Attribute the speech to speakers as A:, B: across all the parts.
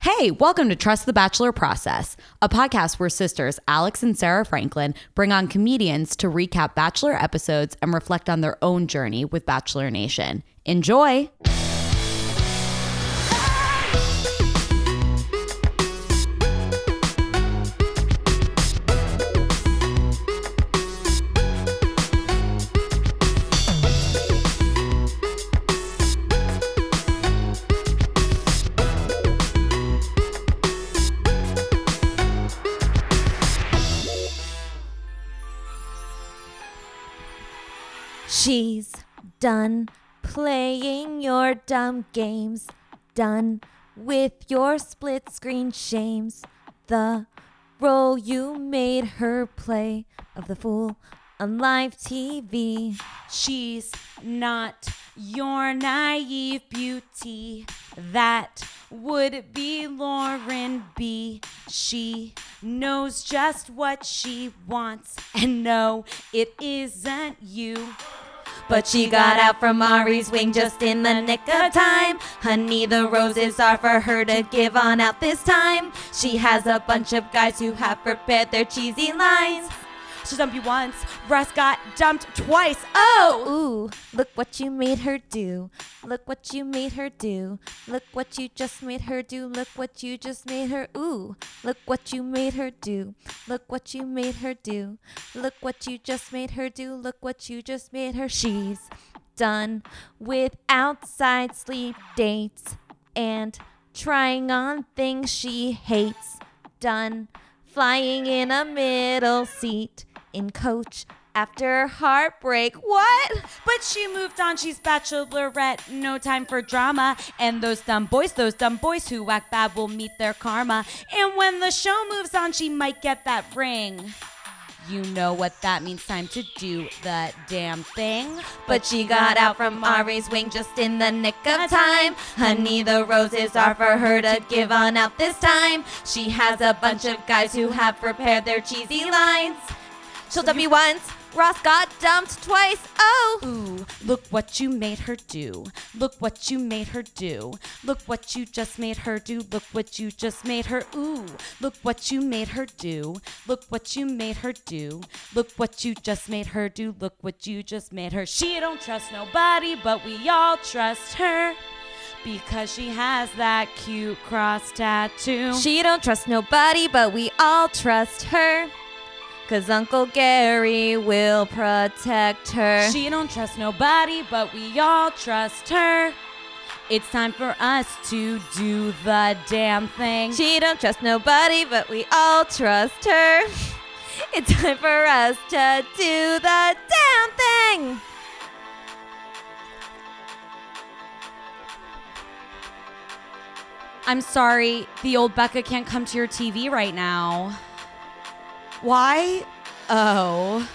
A: Hey, welcome to Trust the Bachelor Process, a podcast where sisters Alex and Sarah Franklin bring on comedians to recap Bachelor episodes and reflect on their own journey with Bachelor Nation. Enjoy!
B: She's done playing your dumb games, done with your split screen shames. The role you made her play of the fool on live TV.
A: She's not your naive beauty. That would be Lauren B. She knows just what she wants, and no, it isn't you.
B: But she got out from Ari's wing just in the nick of time. Honey, the roses are for her to give on out this time. She has a bunch of guys who have prepared their cheesy lines.
A: She dumped you once, Russ got dumped twice. Oh!
B: Ooh, look what you made her do. Look what you made her do. Look what you just made her do. Look what you just made her. Ooh, look what you made her do. Look what you made her do. Look what you just made her do. Look what you just made her. She's done with outside sleep dates and trying on things she hates. Done flying in a middle seat in coach after heartbreak. What?
A: But she moved on, she's bachelorette, no time for drama. And those dumb boys, those dumb boys who act bad will meet their karma. And when the show moves on, she might get that ring. You know what that means, time to do the damn thing.
B: But she got out from Ari's wing just in the nick of time. Honey, the roses are for her to give on out this time. She has a bunch of guys who have prepared their cheesy lines. She'll dump you once. Ross got dumped twice. Oh,
A: Ooh, look what you made her do. Look what you made her do. Look what you just made her do. Look what you just made her. Ooh, look what you made her do. Look what you made her do. Look what you just made her do. Look what you just made her. She don't trust nobody, but we all trust her because she has that cute cross tattoo.
B: she don't trust nobody, but we all trust her. Cause Uncle Gary will protect her.
A: She don't trust nobody, but we all trust her. It's time for us to do the damn thing.
B: She don't trust nobody, but we all trust her. It's time for us to do the damn thing.
A: I'm sorry, the old Becca can't come to your TV right now.
C: Why?
A: Oh.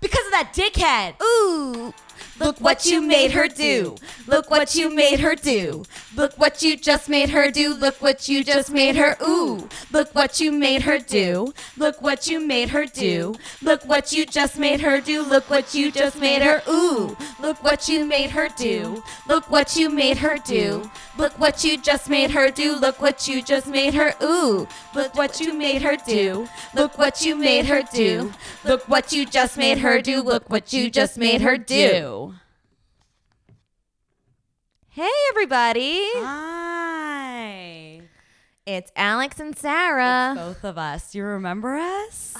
A: Because of that dickhead.
B: Ooh,
A: Look what you made her do. Look what you made her do. Look what you just made her do. Look what you just made her. Ooh. Look what you made her do. Look what you made her do. Look what you just made her do. Look what you just made her. Ooh. Look what you made her do. Look what you made her do. Look what you just made her do. Look what you just made her. Ooh. Look what you made her do. Look what you made her do. Look what you just made her do. Look what you just made her do.
B: Hey, everybody.
A: Hi.
B: It's Alex and Sarah.
A: Both of us. You remember us?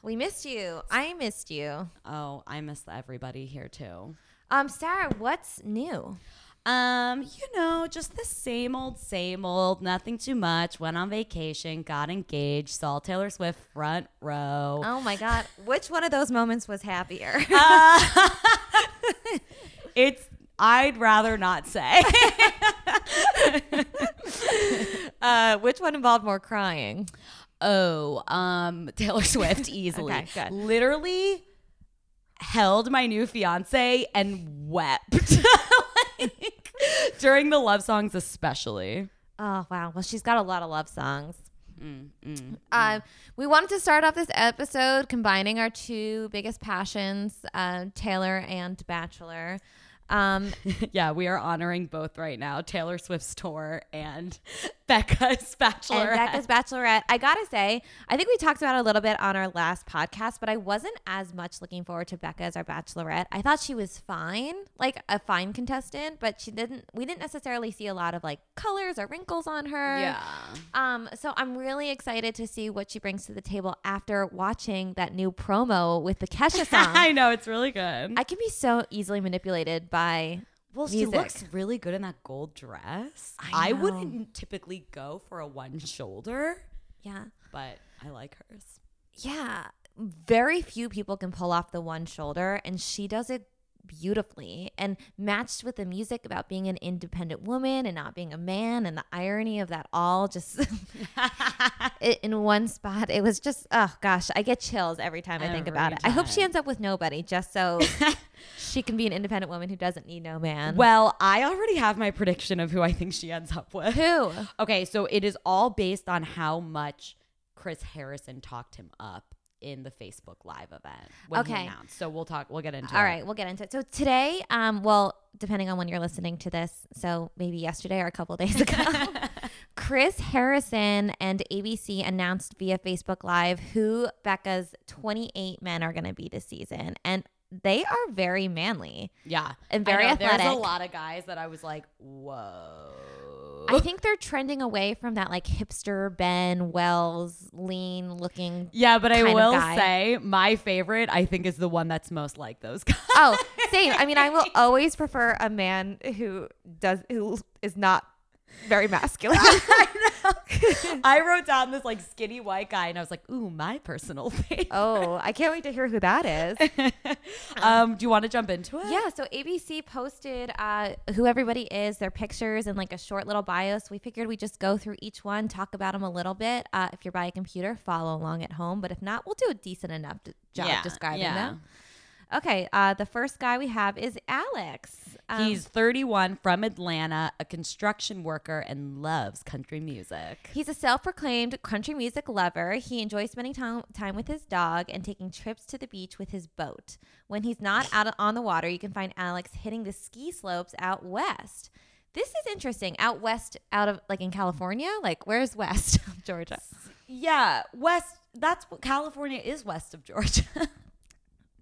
B: We missed you. I missed you.
A: Oh, I miss everybody here too.
B: Um, Sarah, what's new?
A: Um, you know, just the same old, same old, nothing too much. Went on vacation, got engaged, saw Taylor Swift front row.
B: Oh my God. Which one of those moments was happier?
A: Uh, it's I'd rather not say.
B: Uh, which one involved more crying?
A: Oh, um, Taylor Swift easily.
B: Okay, good.
A: Literally held my new fiance and wept. Like, during the love songs, especially.
B: Oh, wow. Well, she's got a lot of love songs.
D: Mm,
B: Um, we wanted to start off this episode combining our two biggest passions, uh, Taylor and Bachelor. Um,
D: yeah, we are honoring both right now Taylor Swift's tour and Becca's Bachelorette.
B: and Becca's Bachelorette. I gotta say, I think we talked about it a little bit on our last podcast, but I wasn't as much looking forward to Becca as our Bachelorette. I thought she was fine, like a fine contestant, but she didn't. We didn't necessarily see a lot of like colors or wrinkles on her.
D: yeah.
B: Um, so I'm really excited to see what she brings to the table after watching that new promo with the Kesha
D: I
B: song.
D: know, it's really good.
B: I can be so easily manipulated by
A: Well,
B: Music.
A: she looks really good in that gold dress.
B: I
A: I,
B: know.
A: wouldn't typically go for a one shoulder,
B: yeah,
A: but I like hers.
B: yeah. Very few people can pull off the one shoulder, and she does it beautifully and matched with the music about being an independent woman and not being a man and the irony of that all just i- in one spot it was just oh gosh i get chills every time i think about
D: Every
B: it i hope she
D: time.
B: ends up with nobody just so she can be an independent woman who doesn't need no man
A: Well, I already have my prediction of who I think she ends up with.
B: who
A: Okay, so it is all based on how much Chris Harrison talked him up in the Facebook Live event when he
B: Okay.
A: announced. So we'll talk. We'll get into
B: All
A: it.
B: right, we'll get into it. So today, um, well, depending on when you're listening to this, so maybe yesterday or a couple days ago, Chris Harrison and ABC announced via Facebook Live who Becca's 28 men are going to be this season, and they are very manly.
A: Yeah,
B: And
A: I
B: very
A: know, There's a
B: athletic.
A: lot of guys that I was like, whoa.
B: I think they're trending away from that like hipster Ben Wells lean looking.
A: yeah, but I
B: kind of
A: will
B: guy.
A: say my favorite, I think, is the one that's most like those guys.
B: Oh, same. I mean, I will always prefer a man who does who is not very masculine.
A: I wrote down this like skinny white guy, and I was like, ooh, my personal favorite.
B: Oh, I can't wait to hear who that is.
A: um, do you want to jump into it?
B: yeah, so ABC posted uh, who everybody is, their pictures, and like a short little bio. So we figured we'd just go through each one, talk about them a little bit. Uh, if you're by a computer, follow along at home. But if not, we'll do a decent enough d- job
A: Yeah,
B: describing
A: yeah.
B: them. Okay, uh, the first guy we have is Alex. Um,
A: He's 31 from Atlanta, a construction worker, and loves country music.
B: He's a self proclaimed country music lover. He enjoys spending time, time with his dog and taking trips to the beach with his boat. When he's not out on the water, you can find Alex hitting the ski slopes out west. This is interesting. Out west, out of like in California? Like, where's west? Georgia.
A: Yeah, West. That's what California is west of Georgia.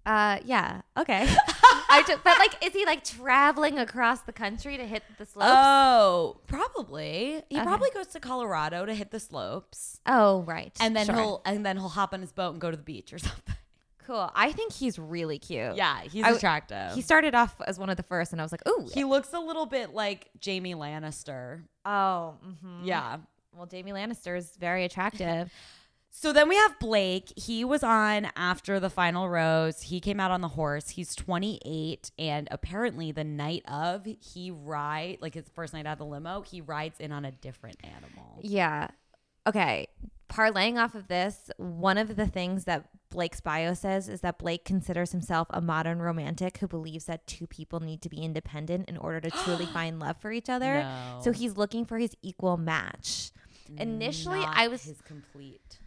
B: Uh, yeah. Okay. I took, but like, is he like traveling across the country to hit the slopes?
A: oh, probably. He
B: Okay.
A: probably goes to Colorado to hit the slopes,
B: oh, right.
A: and then
B: Sure.
A: he'll and then he'll hop on his boat and go to the beach or something.
B: Cool. I think he's really cute.
A: Yeah, he's
B: I-
A: attractive.
B: He started off as one of the first, and I was like, ooh.
A: he looks a little bit like Jamie Lannister.
B: oh, mhm.
A: Yeah.
B: Well, Jamie Lannister is very attractive.
A: So then we have Blake. He was on after the final rose. He came out on the horse. He's 28 and apparently the night of he ride like his first night out of the limo, he rides in on a different animal.
B: yeah. Okay. Parlaying off of this, one of the things that Blake's bio says is that Blake considers himself a modern romantic who believes that two people need to be independent in order to truly find love for each other.
A: No.
B: So he's looking for his equal match. Initially,
A: Not
B: I was
A: his complete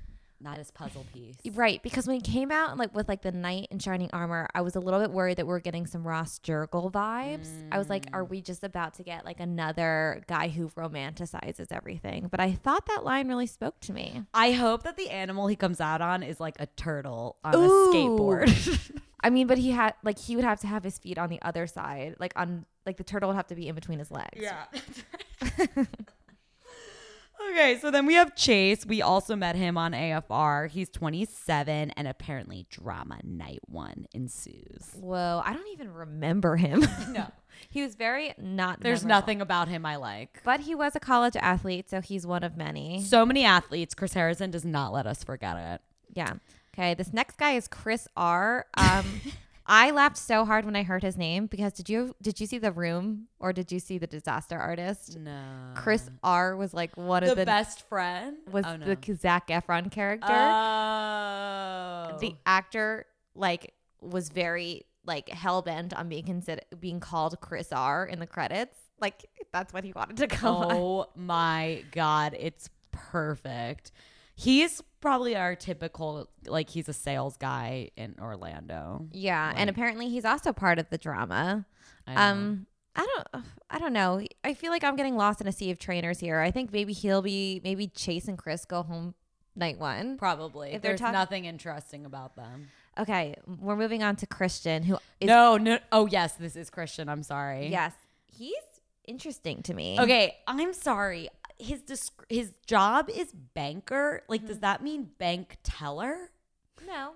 A: not his puzzle piece.
B: Right, because when he came out like with like the knight in shining armor, I was a little bit worried that we are getting some Ross Jurgle vibes. I was like,
A: Mm.
B: are we just about to get like another guy who romanticizes everything? But I thought that line really spoke to me.
A: I hope that the animal he comes out on is like a turtle on
B: Ooh.
A: a skateboard.
B: I mean, but he had like he would have to have his feet on the other side, like on like the turtle would have to be in between his legs.
A: okay, so then we have Chase. We also met him on AFR. He's 27, and apparently drama night one ensues.
B: Whoa, I don't even remember him.
A: No,
B: he was very not.
A: there's
B: memorable.
A: nothing about him I like.
B: But he was a college athlete, so he's one of many.
A: So many athletes. Chris Harrison does not let us forget it.
B: Yeah. Okay. This next guy is Chris R. Um, I laughed so hard when I heard his name because did you did you see the room or did you see the disaster artist?
A: No,
B: Chris R. was like one of the,
A: Uh, best friend
B: was
A: oh, no.
B: the Zac Efron character.
A: Oh.
B: The actor like was very like hell bent on being considered being called Chris R. in the credits. Like that's what he wanted to go on.
A: Oh my God. It's perfect. He's probably our typical like he's a sales guy in Orlando.
B: Yeah, and apparently he's also part of the drama.
A: I know.
B: Um, I don't, I don't know. I feel like I'm getting lost in a sea of trainers here. I think maybe he'll be, maybe Chase and Chris go home night one.
A: probably.
B: if they're
A: There's
B: talk-
A: nothing interesting about them.
B: Okay, we're moving on to Christian, who is
A: no, no. Oh yes, this is Christian. I'm sorry.
B: yes, he's interesting to me.
A: Okay, I'm sorry. His disc- his job is banker. Like,
B: Mm-hmm.
A: does that mean bank teller?
B: no.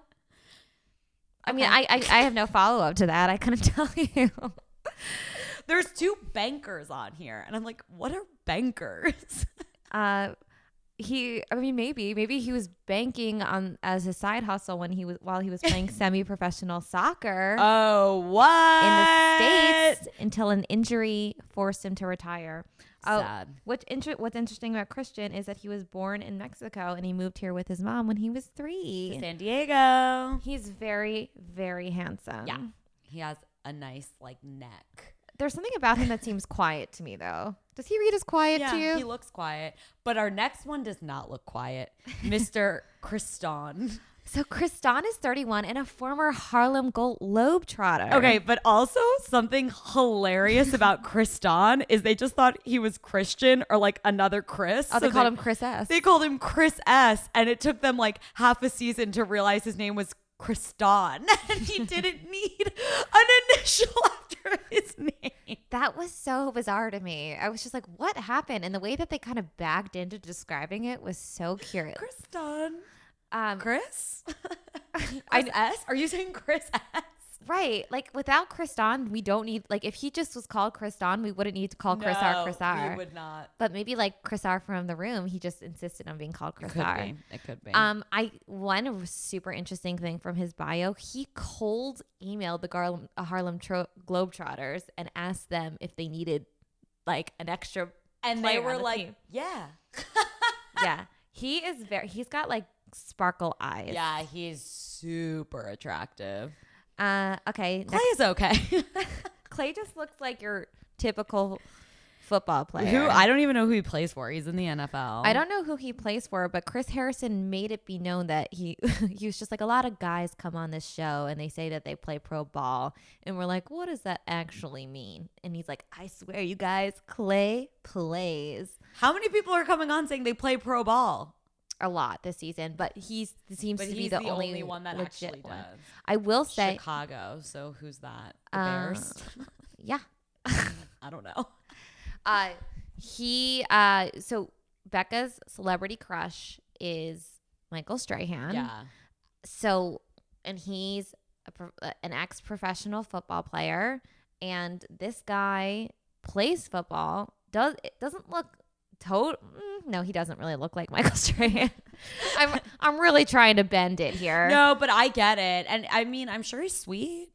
B: I mean, I, I, I have no follow up to that. I couldn't tell you.
A: There's two bankers on here, and I'm like, what are bankers?
B: Uh, he, I mean, maybe, maybe he was banking on as his side hustle when he was while he was playing semi professional soccer.
A: oh, what
B: in the states until an injury forced him to retire. Oh,
A: Sad.
B: what's inter- what's interesting about Christian is that he was born in Mexico and he moved here with his mom when he was three.
A: San Diego.
B: He's very, very handsome.
A: Yeah, he has a nice like neck.
B: There's something about him that seems quiet to me, though. Does he read as quiet to you?
A: he looks quiet, but our next one does not look quiet, Mr. Kriston.
B: so Kriston is 31 and a former Harlem Gold Globetrotter.
A: Okay, but also something hilarious about Kriston is they just thought he was Christian or like another Chris.
B: Oh, they
A: so
B: called him Chris S.
A: They called him Chris S. And it took them like half a season to realize his name was Kriston, and he didn't need an initial after his name.
B: That was so bizarre to me. I was just like, what happened? And the way that they kind of bagged into describing it was so curious.
A: Kriston,
B: Um,
A: Chris, Chris S. Are you saying Chris S?
B: Right. Like without Chris Don, we don't need like if he just was called Chris Don, we wouldn't need to call Chris R Chris R.
A: We would not.
B: But maybe like Chris R from the room, he just insisted on being called Chris R.
A: It could be.
B: Um, I one super interesting thing from his bio, he cold emailed the Garlem, uh, Harlem Tro- Globetrotters and asked them if they needed like an extra.
A: and they
B: player on
A: were
B: the
A: like,
B: team.
A: yeah.
B: yeah, he is very. He's got like sparkle eyes.
A: Yeah, he's super attractive.
B: Uh, okay.
A: Clay
B: next-
A: is okay.
B: Clay just looks like your typical football player.
A: who I don't even know who he plays for. He's in the NFL.
B: I don't know who he plays for, but Chris Harrison made it be known that he he was just like a lot of guys come on this show and they say that they play pro ball and we're like, what does that actually mean? And he's like, I swear you guys, Clay plays
A: How many people are coming on saying they play pro ball?
B: a lot this season, but he's seems
A: But
B: to be
A: he's
B: the,
A: the, only, one that
B: legit
A: actually
B: one.
A: does.
B: I will say,
A: Chicago. So who's that? The
B: Uh,
A: Bears.
B: yeah,
A: I don't know.
B: uh, he uh, so Becca's celebrity crush is Michael Strahan.
A: yeah.
B: so and he's a, pro- uh, an ex-professional football player and this guy plays football does it doesn't look to- mm, no he doesn't really look like michael strahan i'm i'm really trying to bend it here
A: No, but I get it, and I mean, I'm sure he's sweet.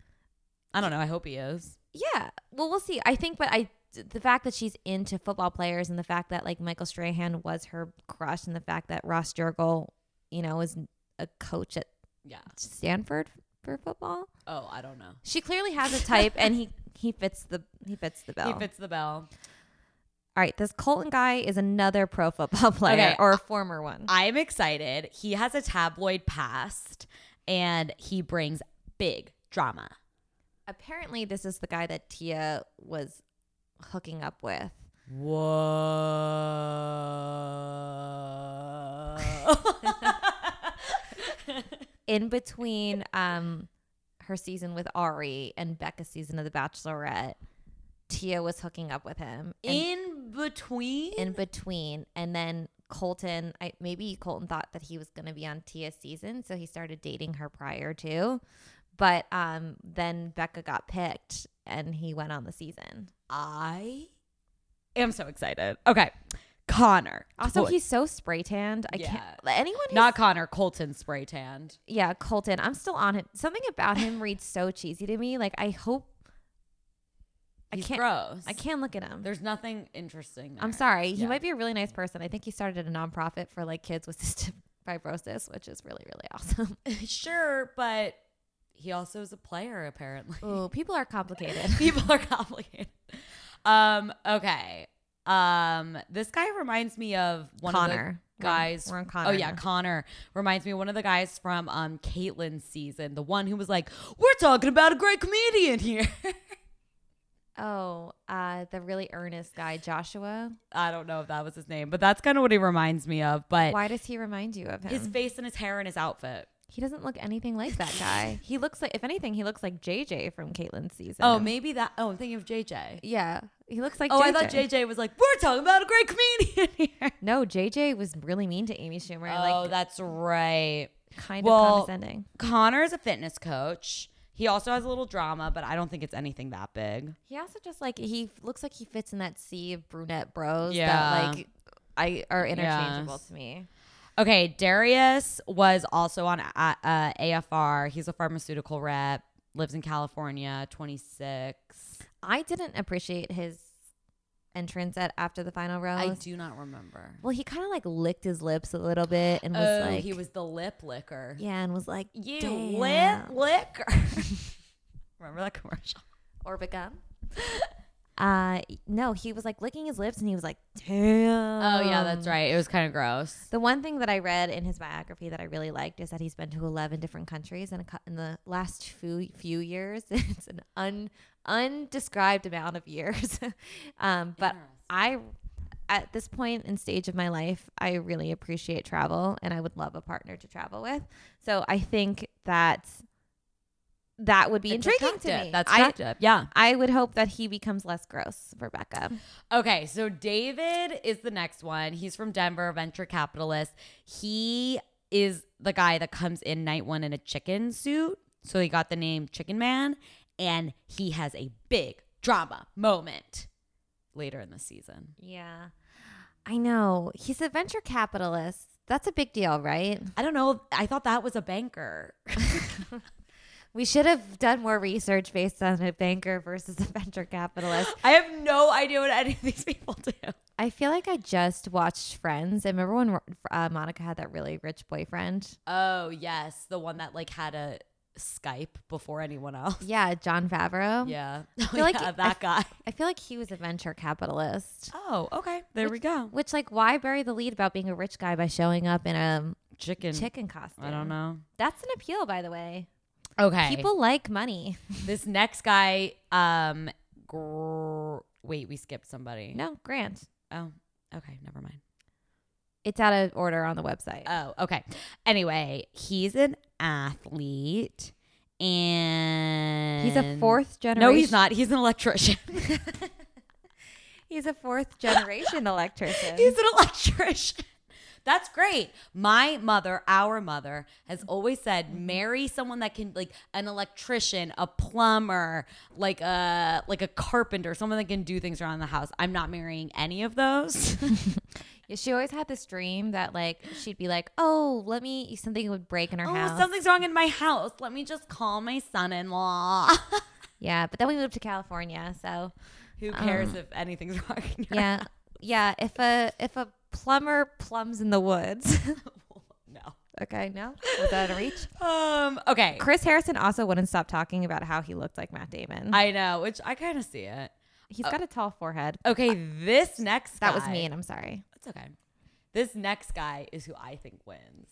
A: I don't know. I hope he is.
B: yeah well we'll see i think but i the fact that she's into football players and the fact that like michael strahan was her crush and the fact that ross jurgel you know is a coach at
A: Yeah.
B: stanford for football
A: Oh, I don't know.
B: She clearly has a type, and he he fits the he fits the bill.
A: He fits the bell.
B: All right, this Colton guy is another pro football player
A: Okay.
B: or a former one.
A: I'm excited. He has a tabloid past, and he brings big drama.
B: Apparently, this is the guy that Tia was hooking up with.
A: Whoa.
B: in between um her season with Ari and Becca's season of The Bachelorette. Tia was hooking up with him and
A: in between?
B: in between, and then Colton. I maybe Colton thought that he was going to be on Tia's season, so he started dating her prior to. But um, then Becca got picked, and he went on the season.
A: I am so excited. Okay. Connor.
B: Also,
A: Col-
B: he's so spray tanned. I
A: Yeah.
B: can't. Anyone who's
A: not Connor, Colton spray tanned.
B: yeah, Colton. I'm still on him. Something about him reads so cheesy to me. Like I hope I
A: He's
B: can't-
A: gross.
B: I can't look at him.
A: There's nothing interesting.
B: I'm
A: there.
B: sorry. He
A: Yeah.
B: might be a really nice person. I think he started a nonprofit for like kids with cystic fibrosis, which is really really awesome.
A: sure, but he also is a player, apparently.
B: Ooh, people are complicated.
A: People are complicated. Um, okay. Um, this guy reminds me of one of
B: Connor.
A: guys.
B: we're on Connor
A: Oh yeah,
B: now.
A: Connor reminds me of one of the guys from um Caitlyn's season, the one who was like, "We're talking about a great comedian here."
B: Oh, uh, the really earnest guy, Joshua.
A: I don't know if that was his name, but that's kind of what he reminds me of. But
B: Why does he remind you of him?
A: his face and his hair and his outfit.
B: he doesn't look anything like that guy. he looks like, if anything, he looks like JJ from Caitlyn's season.
A: Oh, maybe that. Oh, I'm thinking of JJ.
B: yeah, he looks like.
A: Oh,
B: JJ.
A: I thought JJ was like, "We're talking about a great comedian here."
B: No, JJ was really mean to Amy Schumer.
A: Oh,
B: like
A: that's right.
B: kind
A: well-
B: of condescending.
A: Connor is a fitness coach. He also has a little drama, but I don't think it's anything that big.
B: He also just like he f- looks like he fits in that sea of brunette bros
A: Yeah.
B: that like I are interchangeable
A: Yes.
B: to me.
A: Okay, Darius was also on uh, uh, AFR. He's a pharmaceutical rep, lives in California, 26.
B: I didn't appreciate his entrance at after the final row.
A: I do not remember.
B: Well, he kind of like licked his lips a little bit and was
A: oh,
B: like,
A: he was the lip licker.
B: yeah, and was like,
A: You
B: Damn.
A: lip licker. remember that commercial?
B: Orbit gum. uh, no, he was like licking his lips and he was like, damn.
A: Oh, yeah, that's right. It was kind of gross.
B: The one thing that I read in his biography that I really liked is that he's been to 11 different countries in, a, cou- in the last few, few years. It's an un, undescribed amount of years. um, but I, at this point and stage of my life, I really appreciate travel and I would love a partner to travel with. So I think that that would be
A: It's
B: intriguing to
A: attractive.
B: me.
A: That's
B: I,
A: attractive. yeah.
B: I would hope that he becomes less gross, Rebecca.
A: Okay, so David is the next one. He's from Denver, venture capitalist. He is the guy that comes in night one in a chicken suit. So he got the name Chicken Man, and he has a big drama moment later in the season.
B: Yeah. I know. He's a venture capitalist. That's a big deal, right?
A: I don't know. I thought that was a banker.
B: We should have done more research based on a banker versus a venture capitalist.
A: I have no idea what any of these people do.
B: I feel like I just watched Friends. I remember when uh, Monica had that really rich boyfriend.
A: Oh, yes. The one that like had a Skype before anyone else.
B: Yeah, John Favreau.
A: Yeah.
B: feel like-
A: yeah, that guy.
B: I feel like he was a venture capitalist.
A: Oh, okay. There we go.
B: Which, like, why bury the lead about being a rich guy by showing up in a
A: Chicken.
B: chicken costume?
A: I don't know.
B: That's an appeal, by the way.
A: Okay.
B: People like money.
A: this next guy, um, gr- wait, we skipped somebody.
B: No, Grant.
A: Oh, okay. Never mind.
B: It's out of order on the website.
A: Oh, okay. Anyway, he's an athlete and
B: he's a fourth generation.
A: No, he's not. He's an electrician.
B: He's a fourth generation electrician.
A: he's an electrician. That's great. My mother, our mother, has always said
B: Mm-hmm.
A: marry someone that can like an electrician, a plumber, like a like a carpenter, someone that can do things around the house. I'm not marrying any of those.
B: Yeah, she always had this dream that like she'd be like, "Oh, let me." Something would break in her house.
A: Oh, something's wrong in my house. Let me just call my son-in-law.
B: Yeah, but then we moved to California, so
A: Who cares if anything's wrong? In your
B: Um, yeah, yeah. If a if a plumber plums in the woods,
A: no.
B: okay, no, was that out of reach?
A: Um. Okay.
B: Chris Harrison also wouldn't stop talking about how he looked like Matt Damon.
A: I know, which I kind of see it.
B: He's got a tall forehead.
A: Okay, this next
B: That was
A: guy-
B: mean. I'm sorry,
A: It's okay. This next guy is who I think wins.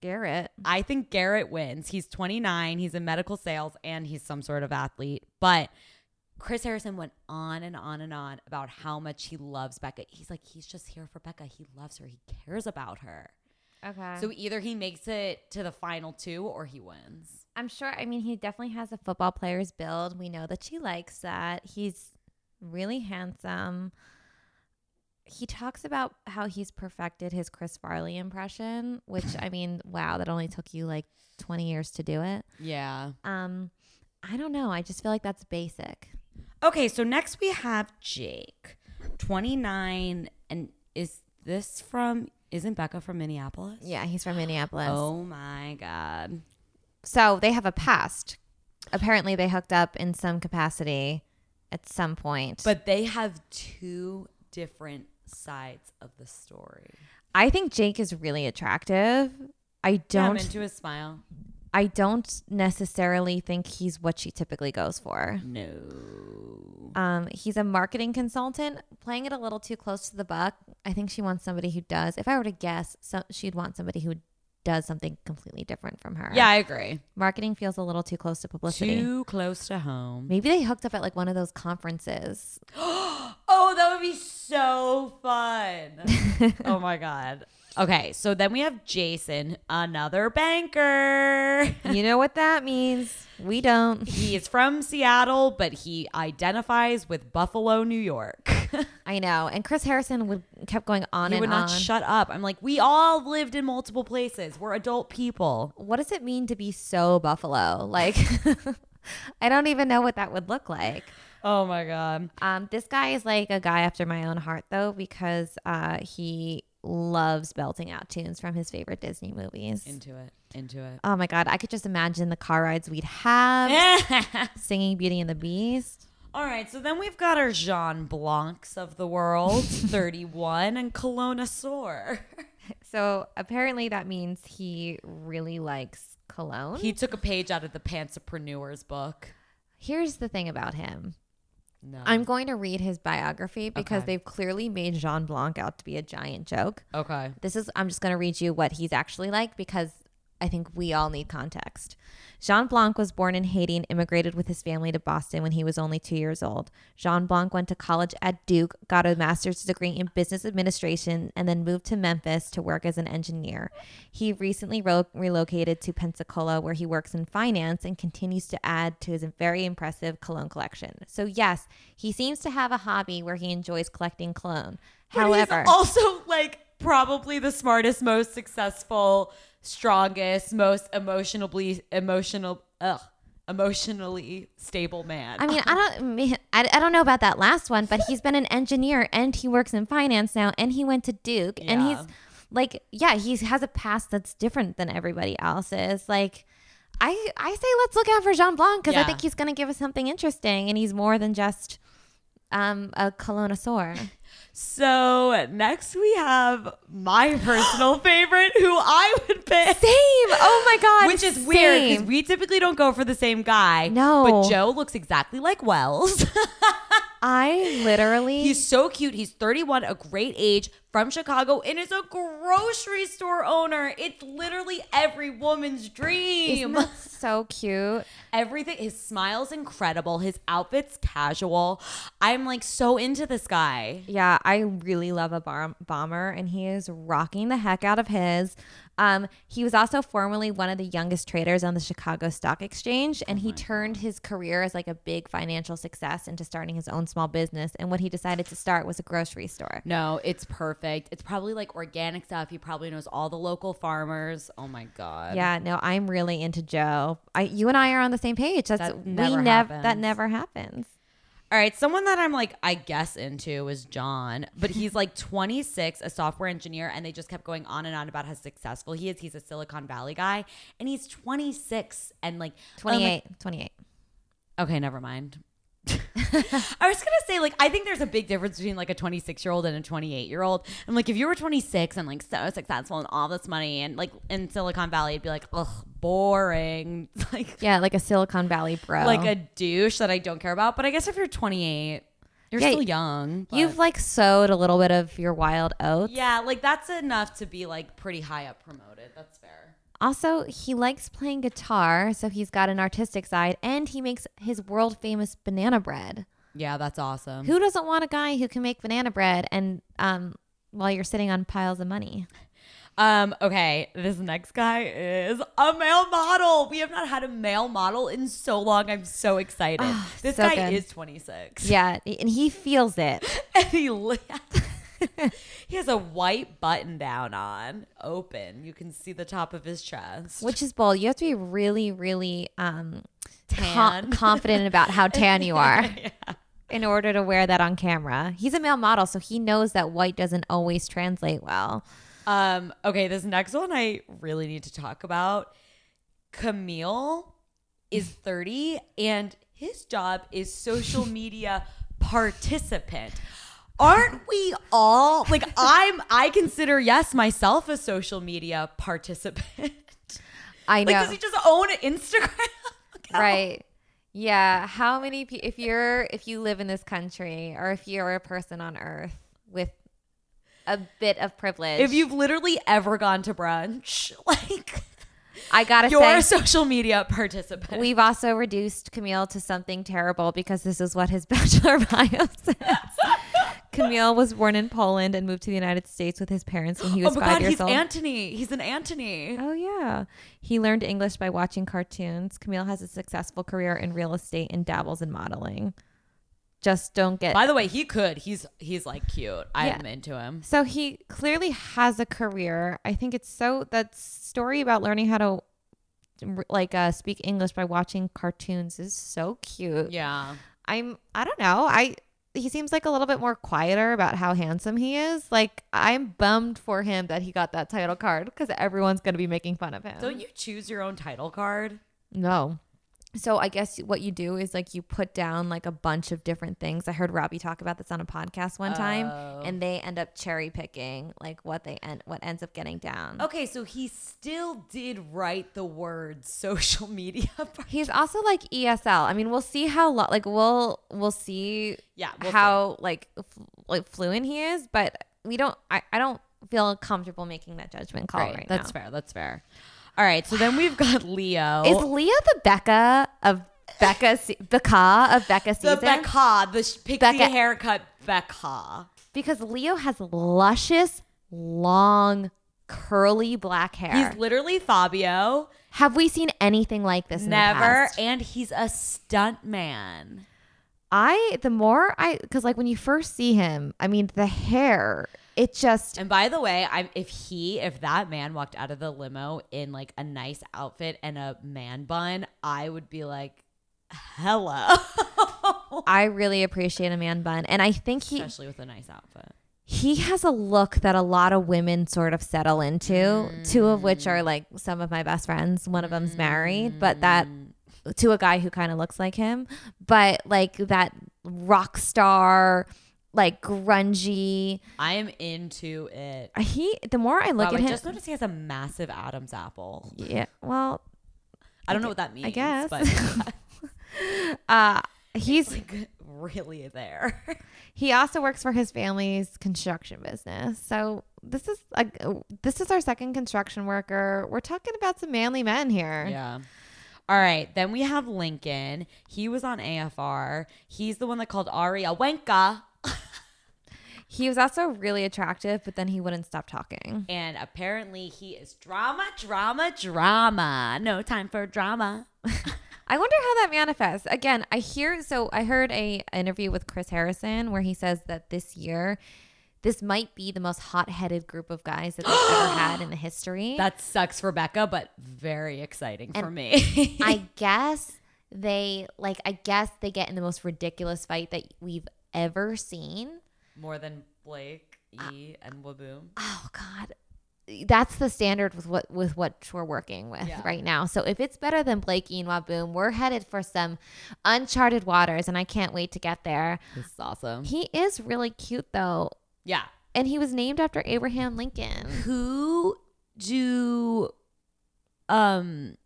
B: Garrett.
A: I think Garrett wins. He's 29. He's in medical sales, and he's some sort of athlete. But Chris Harrison went on and on and on about how much he loves Becca. He's like, he's just here for Becca. He loves her. He cares about her.
B: Okay,
A: So either he makes it to the final two or he wins.
B: I'm sure. I mean, he definitely has a football player's build. We know that she likes that. He's really handsome. He talks about how he's perfected his Chris Farley impression, which I mean, wow, that only took you like 20 years to do it.
A: Yeah.
B: Um, I don't know. I just feel like that's basic.
A: Okay, so next we have Jake, 29 and is this from isn't Becca from Minneapolis?
B: Yeah, he's from Minneapolis.
A: Oh my god.
B: So they have a past. Apparently, they hooked up in some capacity at some point.
A: But they have two different sides of the story.
B: I think Jake is really attractive. I don't
A: into his smile.
B: I don't necessarily think he's what she typically goes for.
A: No.
B: Um, he's a marketing consultant, playing it a little too close to the buck. I think she wants somebody who does. If I were to guess, so she'd want somebody who does something completely different from her.
A: Yeah, I agree.
B: marketing feels a little too close to publicity.
A: Too close to home.
B: Maybe they hooked up at like one of those conferences.
A: Oh, that would be so fun. oh my god. Okay, so then we have Jason, another banker.
B: you know what that means? We don't.
A: He is from Seattle, but he identifies with Buffalo, New York.
B: I know. And Chris Harrison would kept going on
A: he
B: and
A: would
B: on.
A: not shut up. I'm like, we all lived in multiple places. We're adult people.
B: what does it mean to be so buffalo? Like I don't even know what that would look like.
A: Oh my god.
B: Um, this guy is like a guy after my own heart though, because uh, he loves belting out tunes from his favorite Disney movies.
A: Into it. Into it.
B: oh my god, I could just imagine the car rides we'd have singing Beauty and the Beast.
A: All right, so then we've got our Jean Blancs of the world, 31, and Colonosaur.
B: So apparently that means he really likes cologne.
A: He took a page out of the Pantsapreneurs book.
B: Here's the thing about him.
A: No.
B: I'm going to read his biography because
A: Okay.
B: they've clearly made Jean Blanc out to be a giant joke.
A: okay.
B: This is, I'm just going to read you what he's actually like because I think we all need context. Jean Blanc was born in Haiti and immigrated with his family to Boston when he was only two years old. Jean Blanc went to college at Duke, got a master's degree in business administration, and then moved to Memphis to work as an engineer. He recently ro- relocated to Pensacola, where he works in finance and continues to add to his very impressive cologne collection. So, yes, he seems to have a hobby where he enjoys collecting cologne. However,
A: he's also like probably the smartest, most successful, strongest, most emotionally emotional, ugh, emotionally stable man.
B: I mean, I don't, me- I, I don't know about that last one, but he's been an engineer and he works in finance now, and he went to Duke, and
A: Yeah.
B: he's like, yeah, he has a past that's different than everybody else's. Like, I, I say let's look out for Jean Blanc because I
A: Yeah.
B: think he's gonna give us something interesting, and he's more than just um a colonosaur.
A: so next we have my personal favorite, who I would pick.
B: Same. Oh my god.
A: Which is weird because
B: same.
A: we typically don't go for the same guy.
B: No.
A: But Joe looks exactly like Wells.
B: I literally.
A: He's so cute. He's 31, a great age, from Chicago, and is a grocery store owner. It's literally every woman's
B: isn't
A: dream.
B: that so cute.
A: Everything, his smile's incredible. His outfit's casual. I'm like so into this guy.
B: Yeah, I really love a bar- bomber, and he is rocking the heck out of his. Um, he was also formerly one of the youngest traders on the Chicago Stock Exchange, and he turned his career as like a big financial success into starting his own small business. And what he decided to start was a grocery store.
A: No, it's perfect. It's probably like organic stuff. He probably knows all the local farmers. Oh my God.
B: Yeah, no, I'm really into Joe. I, you and I are on the same page. That's
A: That
B: we
A: never
B: never that
A: happens.
B: never happens.
A: All right, someone that I'm like, I guess into is John, but he's like 26, a software engineer, and they just kept going on and on about how successful he is. He's a Silicon Valley guy, and he's 26 and like I'm like-
B: 28, 28.
A: okay, never mind. I was gonna say, like, I think there's a big difference between like a 26 year old and a 28 year old. I'm like, if you were 26 and like so successful and all this money and like in Silicon Valley, it'd be like, ugh, boring. Like,
B: Yeah, like a Silicon Valley bro.
A: like a douche that I don't care about. But I guess if you're 28, you're
B: Yeah,
A: still young.
B: you've
A: but-
B: like sowed a little bit of your wild oats.
A: yeah, like that's enough to be like pretty high up promoted. That's fair.
B: Also, he likes playing guitar, so he's got an artistic side, and he makes his world famous banana bread.
A: Yeah, that's awesome.
B: Who doesn't want a guy who can make banana bread and um while you're sitting on piles of money?
A: Um, okay, this next guy is a male model. We have not had a male model in so long. I'm so excited. this
B: so
A: guy
B: good.
A: is 26.
B: Yeah, and he feels it.
A: and he, li- he has a white button down on, open. You can see the top of his chest.
B: Which is bold. You have to be really, really um
A: Tan.
B: confident about how tan you are
A: Yeah.
B: in order to wear that on camera. He's a male model, so he knows that white doesn't always translate well.
A: Um, okay, this next one I really need to talk about. Camille is 30 and his job is social media participant. Aren't we all like I'm I consider yes myself a social media participant.
B: I
A: Like,
B: know.
A: does he just own Instagram? account?
B: right. Yeah. How many people, if you're, if you live in this country or if you're a person on earth with a bit of privilege,
A: If you've literally ever gone to brunch, like
B: I gotta
A: you're
B: say,
A: a social media participant.
B: We've also reduced Camille to something terrible because this is what his bachelor bio says. Camille was born in Poland and moved to the United States with his parents when he
A: oh
B: was
A: my
B: five
A: god,
B: years
A: he's
B: old.
A: Anthony. He's an Anthony.
B: oh yeah. He learned English by watching cartoons. Camille has a successful career in real estate and dabbles in modeling. Just don't get
A: By the way, he could. He's he's like cute. I'm
B: Yeah.
A: into him.
B: So he clearly has a career. I think it's so that story about learning how to like uh, speak English by watching cartoons is so cute.
A: Yeah.
B: I'm I don't know. I he seems like a little bit more quieter about how handsome he is. Like I'm bummed for him that he got that title card because everyone's gonna be making fun of him.
A: Don't you choose your own title card?
B: No. So I guess what you do is like you put down like a bunch of different things. I heard Robbie talk about this on a podcast one time,
A: Oh.
B: and they end up cherry picking like what they end what ends up getting down.
A: Okay, so he still did write the word social media.
B: He's also like ESL. I mean, we'll see how lo- like we'll we'll see
A: Yeah, we'll see.
B: how like f- like fluent he is, but we don't. I, I don't feel comfortable making that judgment call right,
A: that's
B: now.
A: fair. That's fair. All right, so then we've got Leo.
B: Is Leah the Becca of Becca se- Becca of Becca
A: the
B: season?
A: Becca, the sh- pixie
B: Becca.
A: haircut Becca.
B: because Leo has luscious, long, curly black hair.
A: He's literally Fabio.
B: Have we seen anything like this? in the
A: Never.
B: past?
A: And he's a stunt man.
B: I the more I because like when you first see him, I mean the hair. It just
A: And by the way, I'm if he if that man walked out of the limo in like a nice outfit and a man bun, I would be like, hello.
B: I really appreciate a man bun, and I think he
A: Especially with a nice outfit.
B: he has a look that a lot of women sort of settle into. Two of which are like some of my best friends. One of them's married, but that
A: Mm.
B: to a guy who kind of looks like him, but like that rock star, like grungy.
A: I am into it.
B: He the more I look
A: Wow,
B: at
A: I
B: him,
A: just noticed he has a massive Adam's apple.
B: yeah. Well,
A: I don't know what that means.
B: I guess.
A: But
B: uh, he's
A: like really there.
B: he also works for his family's construction business. So this is like this is our second construction worker. We're talking about some manly men here.
A: Yeah. All right. Then we have Lincoln. He was on AFR. He's the one that called Ari a wanka.
B: He was also really attractive, but then he wouldn't stop talking.
A: And apparently he is drama, drama, drama. No time for drama.
B: I wonder how that manifests. Again, I hear so I heard a interview with Chris Harrison where he says that this year this might be the most hot-headed group of guys that they've ever had in the history.
A: That sucks for Becca, but very exciting for me.
B: I guess they like I guess they get in the most ridiculous fight that we've ever seen.
A: More than Blake, E, and Waboom.
B: Oh god. That's the standard with what with what we're working with
A: Yeah.
B: right now. So if it's better than Blakey and Waboom, we're headed for some uncharted waters and I can't wait to get there.
A: This is awesome.
B: He is really cute though.
A: Yeah.
B: And he was named after Abraham Lincoln.
A: Who do um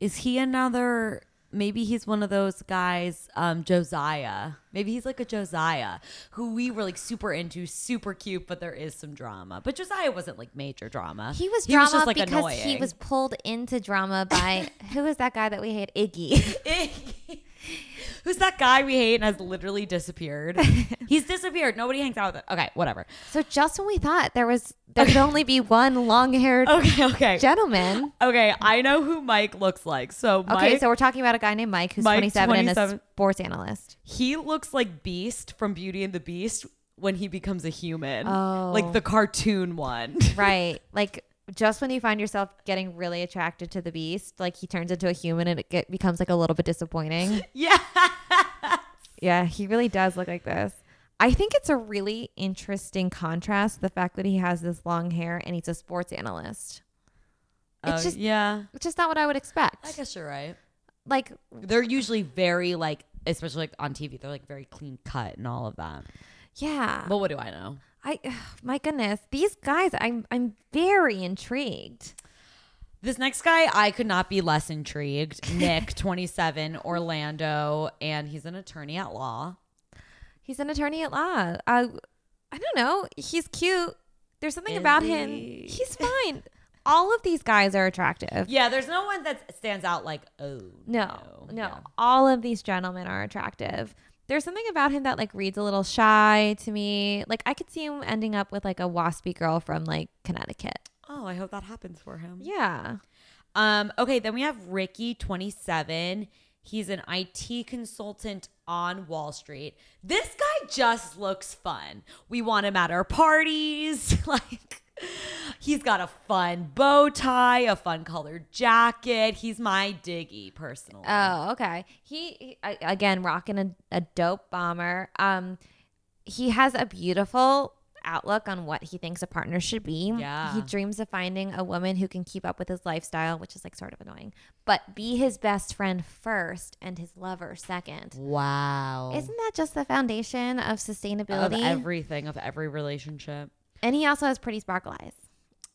A: is he another maybe he's one of those guys, um, Josiah. Maybe he's like a Josiah who we were like super into, super cute, but there is some drama. But Josiah wasn't like major drama.
B: He was drama
A: just, like,
B: because he
A: annoying.
B: was pulled into drama by who is that guy that we hate? Iggy.
A: Who's that guy we hate and has literally disappeared? He's disappeared. Nobody hangs out with him. Okay, whatever.
B: So just when we thought there was there could only be one long-haired
A: Okay, okay.
B: gentleman.
A: okay, I know who Mike looks like. So Mike,
B: Okay, so we're talking about a guy named Mike who's
A: Mike,
B: 27, and a
A: 27.
B: sports analyst.
A: he looks like Beast from Beauty and the Beast when he becomes a human.
B: Oh.
A: Like the cartoon one.
B: Right. like just when you find yourself getting really attracted to the beast, like he turns into a human and it get, becomes like a little bit disappointing.
A: yeah.
B: yeah, he really does look like this. I think it's a really interesting contrast the fact that he has this long hair and he's a sports analyst.
A: Oh,
B: It's just
A: yeah.
B: it's just not what I would expect.
A: I guess you're right.
B: like
A: They're usually very like especially like on TV, they're like very clean cut and all of that.
B: yeah.
A: But what do I know?
B: I my goodness, these guys I'm I'm very intrigued.
A: This next guy, I could not be less intrigued. Nick, 27, Orlando, and he's an attorney at law.
B: He's an attorney at law. I, I don't know. He's cute. There's something about him.
A: he?
B: He's fine. All of these guys are attractive.
A: Yeah, there's no one that stands out like, oh.
B: No, no.
A: Yeah.
B: All of these gentlemen are attractive. There's something about him that like reads a little shy to me. Like I could see him ending up with like a waspy girl from like Connecticut.
A: Oh, I hope that happens for him.
B: Yeah.
A: Um, okay, then we have Ricky, 27. He's an IT consultant on Wall Street. This guy just looks fun. We want him at our parties. like, he's got a fun bow tie, a fun colored jacket. He's my diggy, personally.
B: Oh, okay. He, he- a- again rocking a, a dope bomber. Um, he has a beautiful outlook on what he thinks a partner should be.
A: Yeah.
B: He dreams of finding a woman who can keep up with his lifestyle, which is like sort of annoying, but be his best friend first and his lover second.
A: wow.
B: Isn't that just the foundation of
A: of
B: sustainability?
A: everything, of every relationship.
B: and he also has pretty sparkle eyes.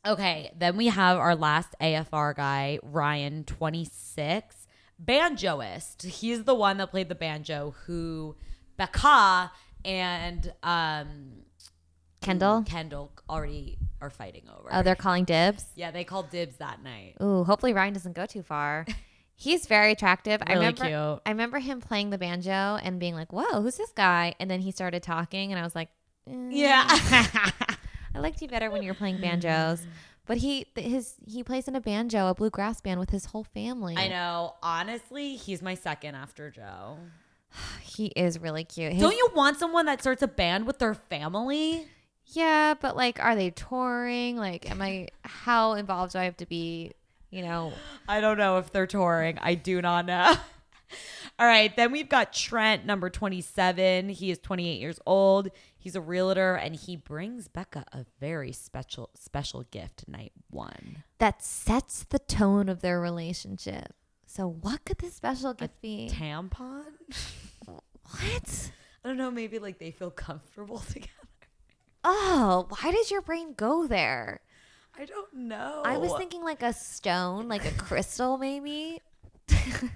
A: Okay, then we have our last AFR guy, Ryan, 26, banjoist. He's the one that played the banjo who Becca and um,
B: Kendall?
A: Kendall already are fighting over.
B: Oh, they're calling dibs.
A: yeah, they called dibs that night.
B: Ooh, hopefully Ryan doesn't go too far. He's very attractive. I
A: Really
B: remember,
A: cute.
B: I remember him playing the banjo and being like, "Whoa, who's this guy?" And then he started talking, and I was like, "Eh,
A: Yeah.
B: I liked you better when you were playing banjos." But he th- his he plays in a banjo, a bluegrass band with his whole family.
A: I know. Honestly, he's my second after Joe.
B: he is really cute. His-
A: Don't you want someone that starts a band with their family?
B: yeah, but like, are they touring? Like, am I? How involved do I have to be? You know,
A: I don't know if they're touring. I do not know. All right, then we've got Trent, number 27. He is 28 years old. He's a realtor and he brings Becca a very special special gift night 1.
B: that sets the tone of their relationship. So, what could this special gift be?
A: Tampon?
B: what?
A: I don't know, maybe like they feel comfortable together.
B: Oh, why did your brain go there?
A: I don't know.
B: I was thinking like a stone, like a crystal, maybe.
A: I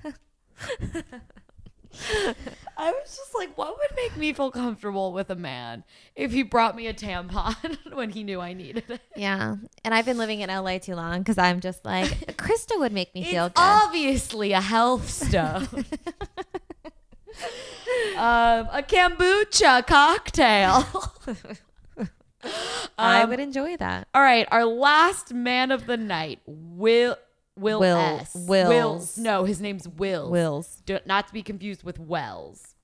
A: was just like what would make me feel comfortable with a man if he brought me a tampon when he knew I needed it?
B: Yeah. And I've been living in LA too long because I'm just like, a crystal would make me feel
A: It's
B: good.
A: obviously a health stone. um, a kombucha cocktail.
B: I
A: Um,
B: would enjoy that.
A: All right, our last man of the night, Will Will,
B: Will-
A: S.
B: Wills.
A: No, his name's Wills.
B: Wills.
A: Do- not to be confused with Wells.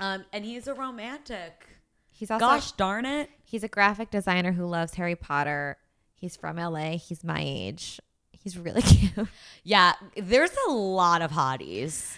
A: Um, and he's a romantic.
B: He's also
A: Gosh darn it.
B: he's a graphic designer who loves Harry Potter. He's from LA. He's my age. He's really cute.
A: Yeah, there's a lot of hotties.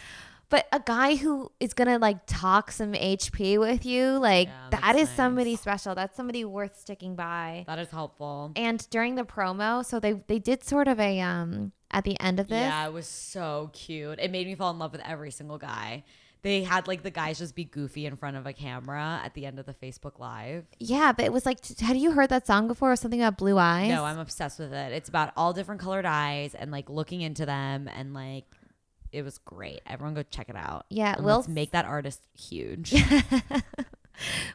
B: But a guy who is gonna like talk some HP with you, like
A: Yeah,
B: that
A: that's
B: is
A: nice.
B: somebody special. That's somebody worth sticking by.
A: That is helpful.
B: and during the promo so they they did sort of a um at the end of this
A: Yeah, it was so cute. It made me fall in love with every single guy. They had like the guys just be goofy in front of a camera at the end of the Facebook Live.
B: yeah but it was like had you heard that song before or something about blue eyes
A: No, I'm obsessed with it. It's about all different colored eyes and like looking into them and like it was great. Everyone go check it out.
B: Yeah,
A: And
B: Will-
A: let's make that artist huge.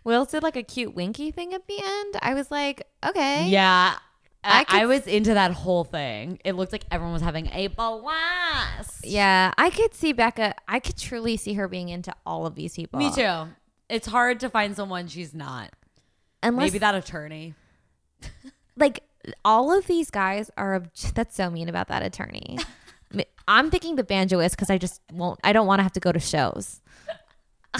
B: wills did like a cute winky thing at the end i was like okay
A: yeah. I,
B: I could-
A: I was into that whole thing. It looked like everyone was having a blast.
B: yeah i could see becca i could truly see her being into all of these people
A: Me too. It's hard to find someone she's not.
B: unless
A: Maybe that attorney.
B: like all of these guys are obj- that's so mean about that attorney M- i'm thinking the banjoist because i just won't i don't want to have to go to shows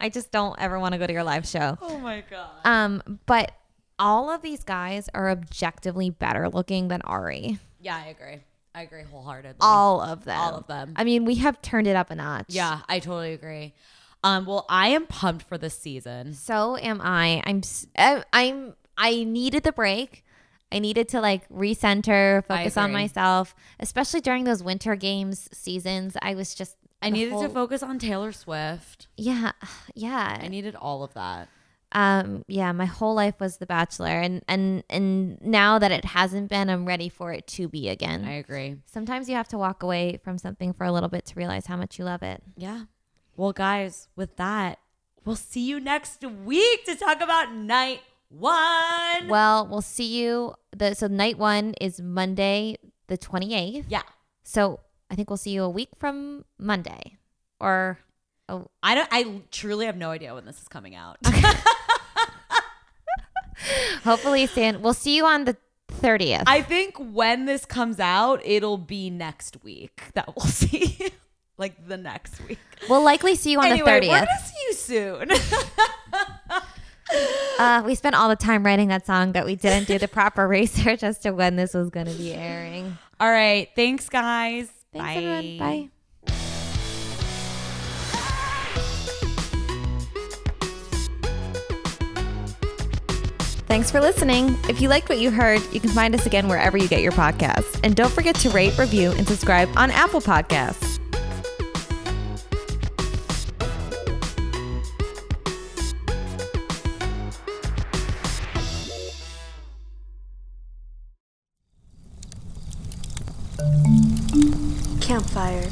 B: i just don't ever want to go to your live show
A: Oh my god.
B: Um, but all of these guys are objectively better looking than Ari.
A: Yeah, I agree. I agree wholeheartedly.
B: All of them.
A: Mm-hmm. All of them.
B: I mean, we have turned it up a notch.
A: yeah, I totally agree. Um, well, I am pumped for this season.
B: So am I. I'm. s- I- I'm. I needed the break. I needed to like recenter,
A: I
B: focus on
A: agree.
B: myself, especially during those winter games seasons. I was just.
A: I
B: the
A: needed
B: whole-
A: to focus on Taylor Swift.
B: Yeah, yeah.
A: I needed all of that.
B: um, yeah, my whole life was The Bachelor, and and and now that it hasn't been, I'm ready for it to be again.
A: I agree.
B: Sometimes you have to walk away from something for a little bit to realize how much you love it.
A: Yeah. Well, guys, with that, we'll see you next week to talk about night one.
B: Well, we'll see you. The so night one is Monday the 28th.
A: yeah.
B: So I think we'll see you a week from Monday, or
A: I don't. I truly have no idea when this is coming out.
B: hopefully soon. We'll see you on the 30th.
A: I think when this comes out, it'll be next week that we'll see. you. like the next week.
B: we'll likely see you on
A: anyway,
B: the
A: we're
B: 30th.
A: gonna see you soon.
B: Uh, we spent all the time writing that song, but we didn't do the proper research as to when this was going to be airing.
A: All right. Thanks, guys.
B: Thanks, everyone. Bye. Thanks for listening. If you liked what you heard, you can find us again wherever you get your podcasts. And don't forget to rate, review, and subscribe on Apple Podcasts.
E: Campfire.